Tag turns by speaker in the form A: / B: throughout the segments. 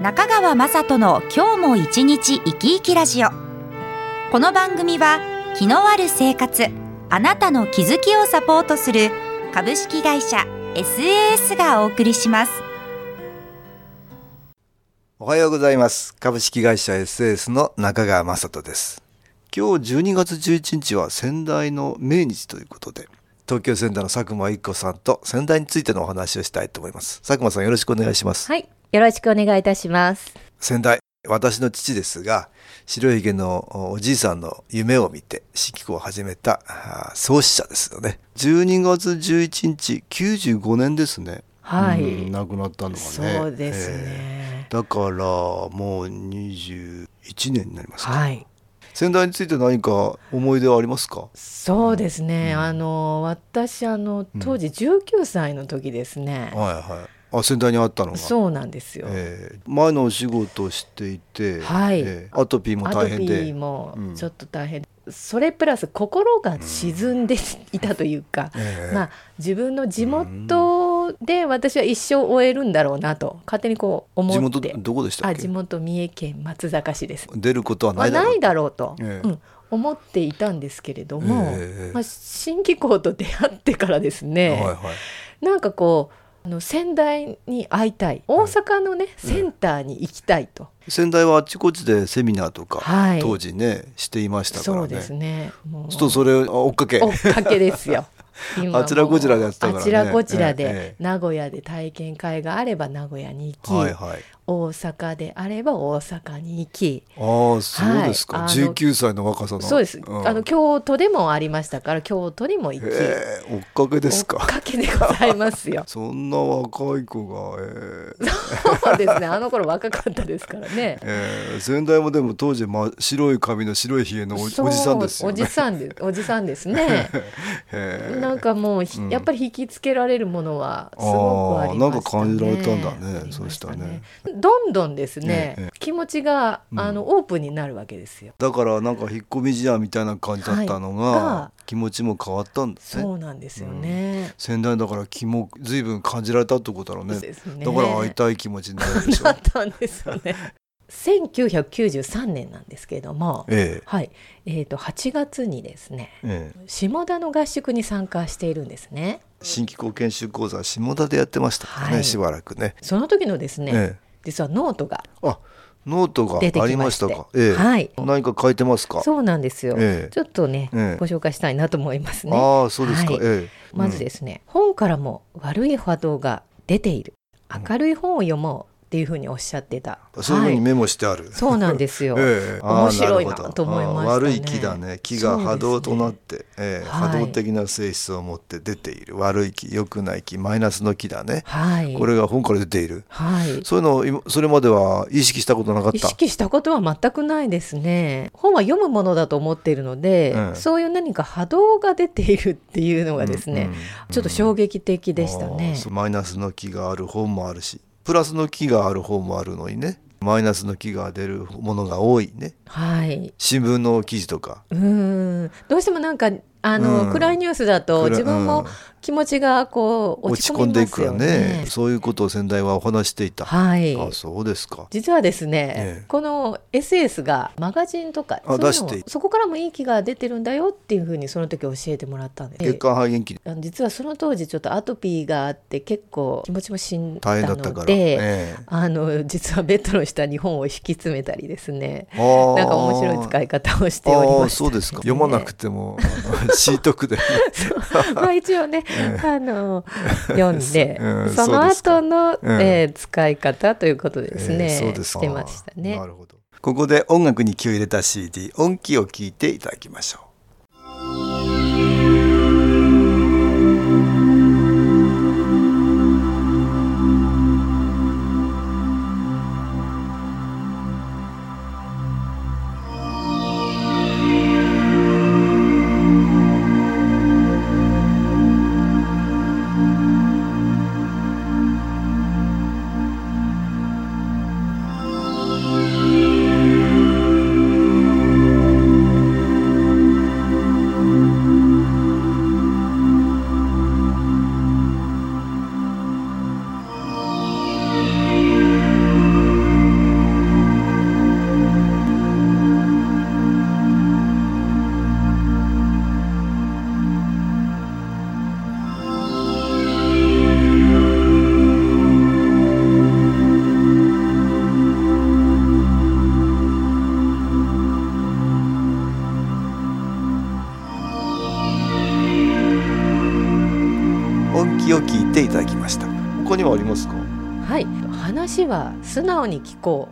A: 中川雅人の今日も一日生き生きラジオこの番組は気のある生活あなたの気づきをサポートする株式会社 SAS がお送りします
B: おはようございます株式会社 SS の中川雅人です今日12月11日は仙台の命日ということで東京仙台の佐久間一子さんと仙台についてのお話をしたいと思います佐久間さんよろしくお願いします
C: はい。よろしくお願いいたします。
B: 仙台私の父ですが白いひげのおじいさんの夢を見て指揮を始めたあー創始者ですよね12月11日95年ですね
C: は
B: うん
C: い。
B: 亡くなったのがね
C: そうです
B: え
C: ね
B: ー。だからもう21年になりますか、
C: はい。
B: 仙台について何か思い出はありますか
C: そうですね。
B: うん
C: あの私あの
B: うん
C: 当時19歳の時ですね。
B: はいはいあ仙台にあったのが
C: そうなんですよ。
B: えー前のお仕事をしていて、
C: はい
B: えーアトピーも
C: アト
B: 大
C: ピ
B: 変で
C: ーも
B: うん
C: ちょっと大変。それプラス心が沈んでいたというか、
B: えー
C: まあ自分の地元で私は一生終えるんだろうなと勝手にこう思って。
B: 地元どこでしたっ
C: あ
B: け
C: 地元三重県松坂市です。
B: 出ることは
C: ま
B: ないだろ
C: あな
B: う
C: いだろうと、
B: ええ
C: うん、思っていたんですけれども、
B: ええ
C: まあ、新機構と出会ってからですね、
B: はいはい
C: なんかこうあの仙台に会いたい大阪のね、センターに行きたいと、
B: 仙台はあちこちでセミナーとか、
C: はい
B: 当時ねしていましたからね
C: そうですねもう
B: ちょっとそれを追っかけ
C: 追っかけです よ今もう
B: あちらこちらでやってたからね
C: あちらこちらで、
B: ええ
C: 名古屋で体験会があれば名古屋に行き、
B: はいはい
C: 大阪であれば大阪に行き
B: ああそうですか、
C: はいあの
B: 19歳の若さの
C: そうです、
B: ん
C: あの京都でもありましたから京都にも行き、
B: へえ追っかけです
C: 追っ
B: か。
C: かけでございますよ
B: そんな若い子が、えー
C: そうですね。あの頃若かったですからね。
B: えー仙台もでも当時、ま、白い髪の白いひげのおおじ
C: そう
B: さんですよ
C: おじ
B: ね。
C: さんで、おじさんですね。
B: へー
C: なんかもうひ、
B: うん
C: やっぱり引きつけられるものはすごくありました
B: あ
C: ね。
B: ーなんか感じられたんだね
C: ありま
B: そうしたね。
C: どんどんですね、
B: ええ
C: 気持ちが
B: うん
C: あのオープンになるわけですよ。
B: だからなんか引っ込み思案みたいな感じだったのが、
C: はいが
B: 気持ちも変わったんですね
C: そうなんですよね。
B: 仙台だから気も随分感じられたってことだろうね
C: そうですね
B: だから会いたい気持ちになるでし ょ
C: なったんですよね。1993年なんですけれども、
B: え
C: はい、えっ、と8月にですね、
B: えええ、
C: 下田の合宿に参加しているんですね。
B: 新規校研修講座は下田でやってましたからね、
C: はい
B: しばらくね
C: その時のですね、
B: え
C: 実はノートが
B: え、あノート
C: 出て
B: があり
C: き
B: ま
C: ま
B: し
C: したて
B: か、ええ
C: はい
B: 何か書いてますか
C: そうなんですよ、
B: ええ
C: ちょっとね、
B: ええ
C: ご紹介したいなと思いますね
B: ああそうですか、
C: はい
B: ええ、
C: まず
B: うん
C: ですね、本からも悪い波動が出ている明るい本を読もうっていうふうにおっしゃってた、
B: そういうふうに
C: はい
B: メモしてある、、
C: そうなんですよ
B: ええああ
C: 面白いな
B: るほど
C: と思いましたね
B: ああ悪い木だね木が波動となって、ええ
C: はい
B: 波動的な性質を持って出ている悪い木良くない木マイナスの木だね、
C: はい
B: これが本から出ている
C: はい
B: そういうのを今それまでは意識したことなかっ
C: 意
B: た
C: 識したことは全くないですね本は読むものだと思っているので、
B: ええ
C: そういう何か波動が出ているっていうのがですね、
B: うんうん
C: ちょっと衝撃的でした
B: あ
C: ね
B: あ、そうマイナスの木がある本もあるしプラスの木がある本もあるのにねマイナスの木が出るものが多いね
C: はい
B: 新聞の記事とか
C: うーんどうしてもなんかあの、
B: うん
C: 暗いニュースだと
B: 暗い
C: 自分
B: うん
C: も気持ちがこう
B: 落
C: 落ち
B: ち込
C: 込
B: ん
C: み
B: で
C: ま
B: い
C: す
B: くから
C: よ
B: ね
C: ね。
B: そういうことを先代はお話していた、
C: はい。
B: あそうですか
C: 実はですね、
B: ええ
C: この SS がマガジンとか
B: あ
C: そういうのを
B: 出して
C: そこからもいい気が出てるんだよっていうふうにその時教えてもらったんです。
B: 血管肺元気
C: あの実はその当時ちょっとアトピーがあって結構気持ちもしんだ
B: 大変だった
C: の
B: から、
C: で、
B: ええ
C: あの実はベッドの下に本を引き詰めたりですね
B: あー
C: なんか面白い使い方をしておりました、
B: あーそうです か読まなくてもあの シートクで
C: まあ一応ね、 あの読ん で、
B: うん
C: そ
B: そう
C: の
B: ですか
C: 後の、
B: うん
C: えー使い方ということでですね、
B: えーそうですか
C: してましたね
B: な。るほどここで音楽に気を入れた CD 音気を聞いていただきましょう
D: 「
B: ていただきました他にもありますか
C: はい話は素直に聞こ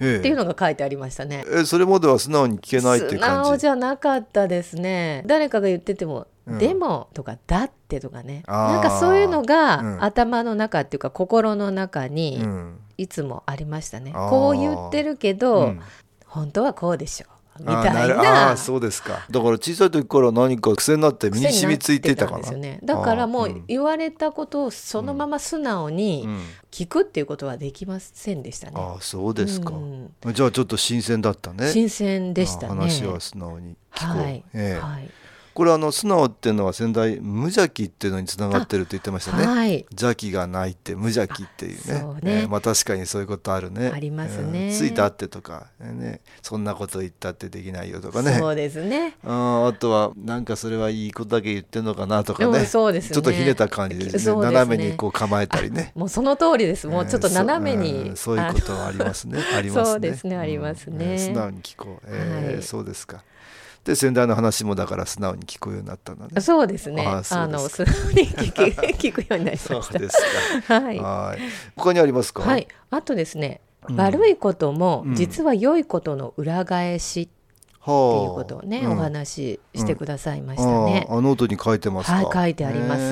C: う
B: え
C: って
B: え
C: いうのが書いてありましたね、
B: えそれまでは素直に聞けないってい
C: 素
B: う感
C: 直
B: じ
C: じゃなかったですね誰かが言ってても「
B: うん
C: でも」とか「だって」とかね
B: あー
C: なんかそういうのが、
B: うん
C: 頭の中っていうか心の中に、
B: うん
C: いつもありましたね
B: あー
C: こう言ってるけ
B: う
C: ど、
B: ん
C: 本当はこうでしょみ
B: あ
C: た
B: ー
C: い
B: る
C: な
B: あーそうですかだから小さい時から何か癖になって身に染みついていたかな
C: 癖になってたんですよねだからも
B: あーう
C: うん言われたことをそのまま素直
B: う
C: に
B: ん、
C: 聞くっていうことはできませんでしたね。
B: ああそうですか、
C: うん
B: じゃあちょっと新鮮だったね
C: 新鮮でした
B: あ
C: ね。
B: ー話は素直に聞こう、
C: はい、
B: ええ
C: はい、
B: これあの素直っていうのは先代無邪気っていうのにつながってると言ってましたね、
C: はい
B: 邪気がないって無邪気っていうね
C: あそうね
B: えーまあ確かにそういうことあるね
C: ありますね
B: うんついたってとかえーねそんなこと言ったってできないよとかね
C: そうですね。
B: うんあとはなんかそれはいいことだけ言ってんのかなとか
C: で
B: ね
C: もそうですね
B: ちょっとひねった感じですね
C: そうですね
B: 斜めにこう構えたりね
C: もうその通りです。もうちょっと
B: えー
C: 斜めに、
B: そう,、んそういうことはあります ねありますね
C: そうですねありますね
B: うんえー素直に聞こう、えー
C: はい
B: そうですかで先代の話もだから素直に聞こうようになったんだ
C: あ
B: ね
C: のそうですね。
B: あー
C: あ
B: そう
C: の
B: です
C: 素直に聞き聞くようになりま
B: そう
C: し
B: です
C: た。は
B: か
C: い。
B: はい他にありますか
C: はい、あとですね、
B: うん
C: 悪いことも
B: うん
C: 実は良いことの裏返しっていう
B: はあ
C: ことをね、
B: うん
C: お話ししてくださいましたね。
B: ああノートに書いてますか。
C: はい書いてあります
B: へ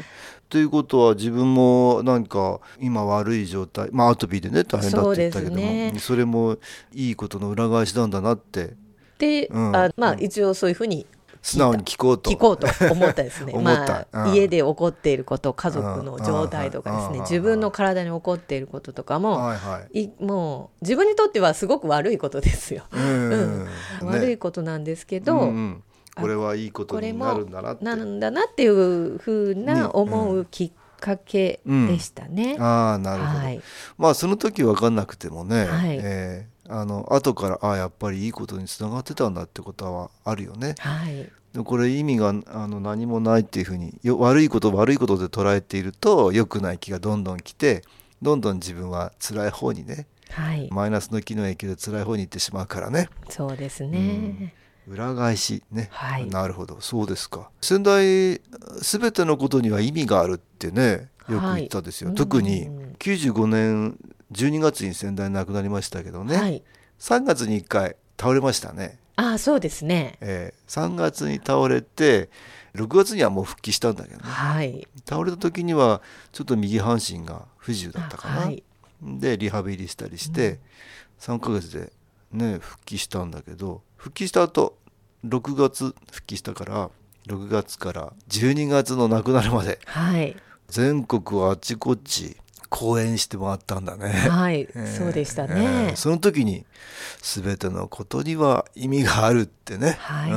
B: えということは自分もなんか今悪い状態、まあアトピーでね大変だって言ったけども、
C: そうですね
B: うんそれもいいことの裏返しなんだなって
C: で、
B: うん
C: あまあ
B: うん
C: 一応そういうふうに
B: 素直に聞こうと。
C: 聞こうと思ったですね
B: 思った
C: まあ、
B: うん
C: 家で起こっていること家族の状態とかです
B: うんうん
C: ね自分の体に起こっていることとかも、
B: はいはい。
C: いもう自分にとってはすごく悪いことですよ。
B: うん
C: うん悪
B: ね
C: いことなんですけ
B: う
C: ど、
B: んうんこれはいいこと
C: これ
B: に
C: も
B: なるんだなって。
C: なんだなっていうふう
B: に
C: な思うきっかけでしたね。
B: ああなるほど。
C: はい、
B: まあその時分かんなくてもね、
C: はい
B: ええあの後からああやっぱりいいことにつながってたんだってことはあるよね。
C: はい、
B: でもこれ意味があの何もないっていうふうによ悪いこと悪いことで捉えていると良くない気がどんどん来てどんどん自分は辛い方にね
C: はい、
B: マイナスの気の影響で辛い方に行ってしまうからね
C: そうです
B: うん
C: ね。
B: 裏返しね、
C: はい
B: なるほどそうですか先代全てのことには意味があるってねよく言ったですよ、
C: はい
B: 特に
C: うん
B: 95年12月に先代亡くなりましたけどね、
C: はい、
B: 3月に1回倒れましたね
C: ああ、そうですね。
B: えー3月に倒れて6月にはもう復帰したんだけどね
C: はい、
B: 倒れた時にはちょっと右半身が不自由だったかな、
C: はい、
B: でリハビリしたりして、3ヶ月でね復帰したんだけど復帰した後6月復帰したから6月から12月の亡くなるまで
C: はい、
B: 全国あちこち講演してもらったんだね。
C: はい
B: えー、
C: そうでした
B: え
C: ね
B: ー。その時に全てのことには意味があるってね、う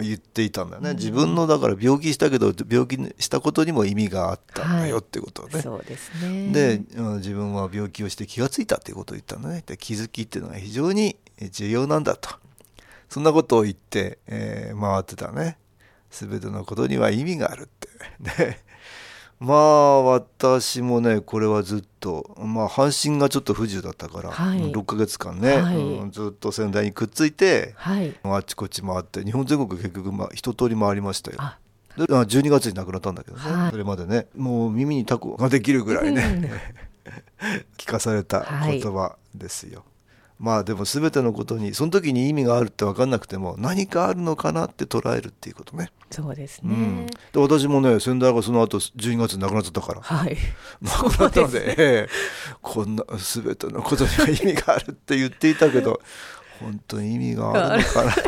B: ん言っていたんだよね、自分のだから病気したけど病気したことにも意味があったんだよってことをね、
C: そうですね。
B: で、うん自分は病気をして気がついたっていうことを言ったんだねで気づきっていうのが非常に重要なんだとそんなことを言って、えー回ってたね全てのことには意味があるって ねまあ私もねこれはずっと、まあ、半身がちょっと不自由だったから、
C: はい
B: 6ヶ月間ね、
C: はい
B: うんずっと仙台にくっついて
C: はい、
B: あちこち回って日本全国結局、まあ、一通り回りましたよ。
C: あ、
B: であ12月に亡くなったんだけどね、
C: はい
B: それまでねもう耳にタコができるぐらいね、 聞かされた
C: はい
B: 言葉ですよ。まあでも全てのことにその時に意味があるって分かんなくても何かあるのかなって捉えるっていうことね。
C: そうです
B: う
C: ね
B: ん、で。私もね先代がその後12月に亡くなっちゃったから
C: はい、
B: 亡くなったのでええこんな全てのことには意味があるって言っていたけど本当に意味があるのかなって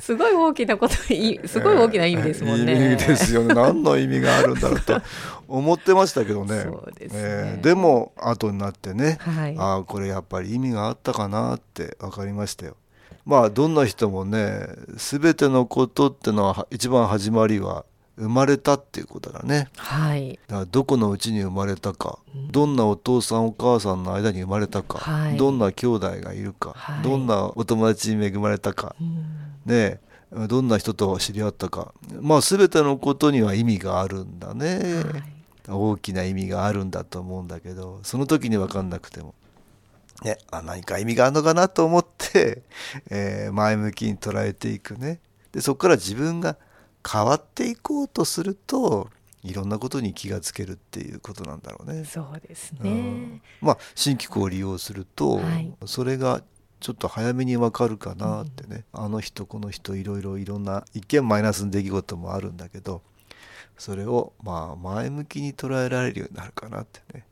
C: すごい大きなこと、 いすごい大きな意味ですもんね。
B: えー意味ですよね。何の意味があるんだろう と思ってましたけどね。
C: そうですね
B: えーでも後になってね、
C: はい
B: ああこれやっぱり意味があったかなって分かりましたよ。まあどんな人もね全てのことってのは一番始まりは生まれたっていうことだね。
C: はい、
B: だからどこのうちに生まれたか、どんなお父さんお母さんの間に生まれたか、
C: はい
B: どんな兄弟がいるか、
C: はい
B: どんなお友達に恵まれたか、
C: うん
B: ねえどんな人と知り合ったか、まあ、全てのことには意味があるんだね、
C: はい
B: 大きな意味があるんだと思うんだけどその時に分かんなくても、ね、あ何か意味があるのかなと思って、 えー前向きに捉えていくねでそこから自分が変わっていこうとするといろんなことに気がつけるっていうことなんだろうね。
C: そうです
B: う
C: ね
B: ん。まあ新機構を利用すると、
C: はい
B: それがちょっと早めにわかるかなってね、あの人この人いろいろいろんな一見マイナスの出来事もあるんだけどそれをまあ前向きに捉えられるようになるかなってね。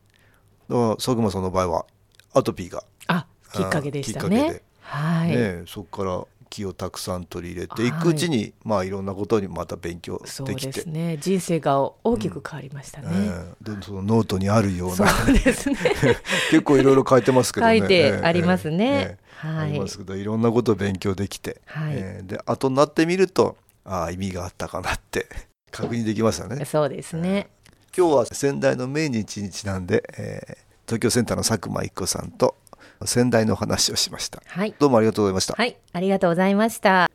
B: だから佐久間さんの場合はアトピーが、
C: あ、きっかけでした
B: きっかけ
C: ね
B: で。
C: はい。
B: ねそこから気をたくさん取り入れていくうちに、まあいろんなことにまた勉強
C: そう
B: でき
C: で
B: て
C: すね。人生が大きく変わりましたね。
B: ええでそのノートにあるよう
C: そ
B: な
C: うですね。
B: 結構いろいろ書いてますけど
C: 書
B: ね。
C: いてあります
B: ええええ
C: ね。は
B: あり
C: い
B: ま。すけどいろんなことを勉強できて、
C: はい
B: ええで後になってみるとああ意味があったかなって 確認できましたね。
C: そうですね。
B: 今日は仙台の命日にちなんで、ええ東京センターの佐久間一子さんと仙台のお話をしました。
C: はい。
B: どうもありがとうございました。
C: はい、ありがとうございました。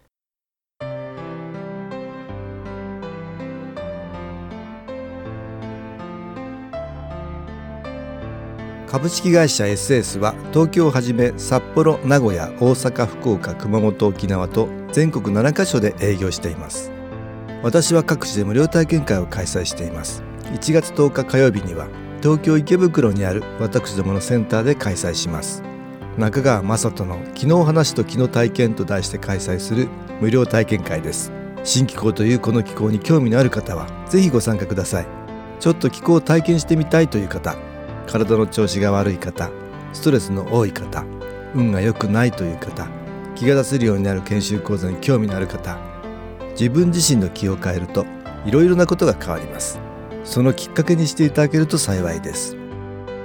B: 株式会社 SS は東京をはじめ札幌名古屋大阪福岡熊本沖縄と全国7カ所で営業しています私は各地で無料体験会を開催しています1月10日火曜日には東京池袋にある私どものセンターで開催します中川雅人の「昨日話と昨日体験」と題して開催する無料体験会です新機構というこの機構に興味のある方はぜひご参加くださいちょっと気候を体験してみたいという方体の調子が悪い方ストレスの多い方運が良くないという方気が出せるようになる研修講座に興味のある方自分自身の気を変えるといろいろなことが変わりますそのきっかけにしていただけると幸いです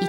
A: い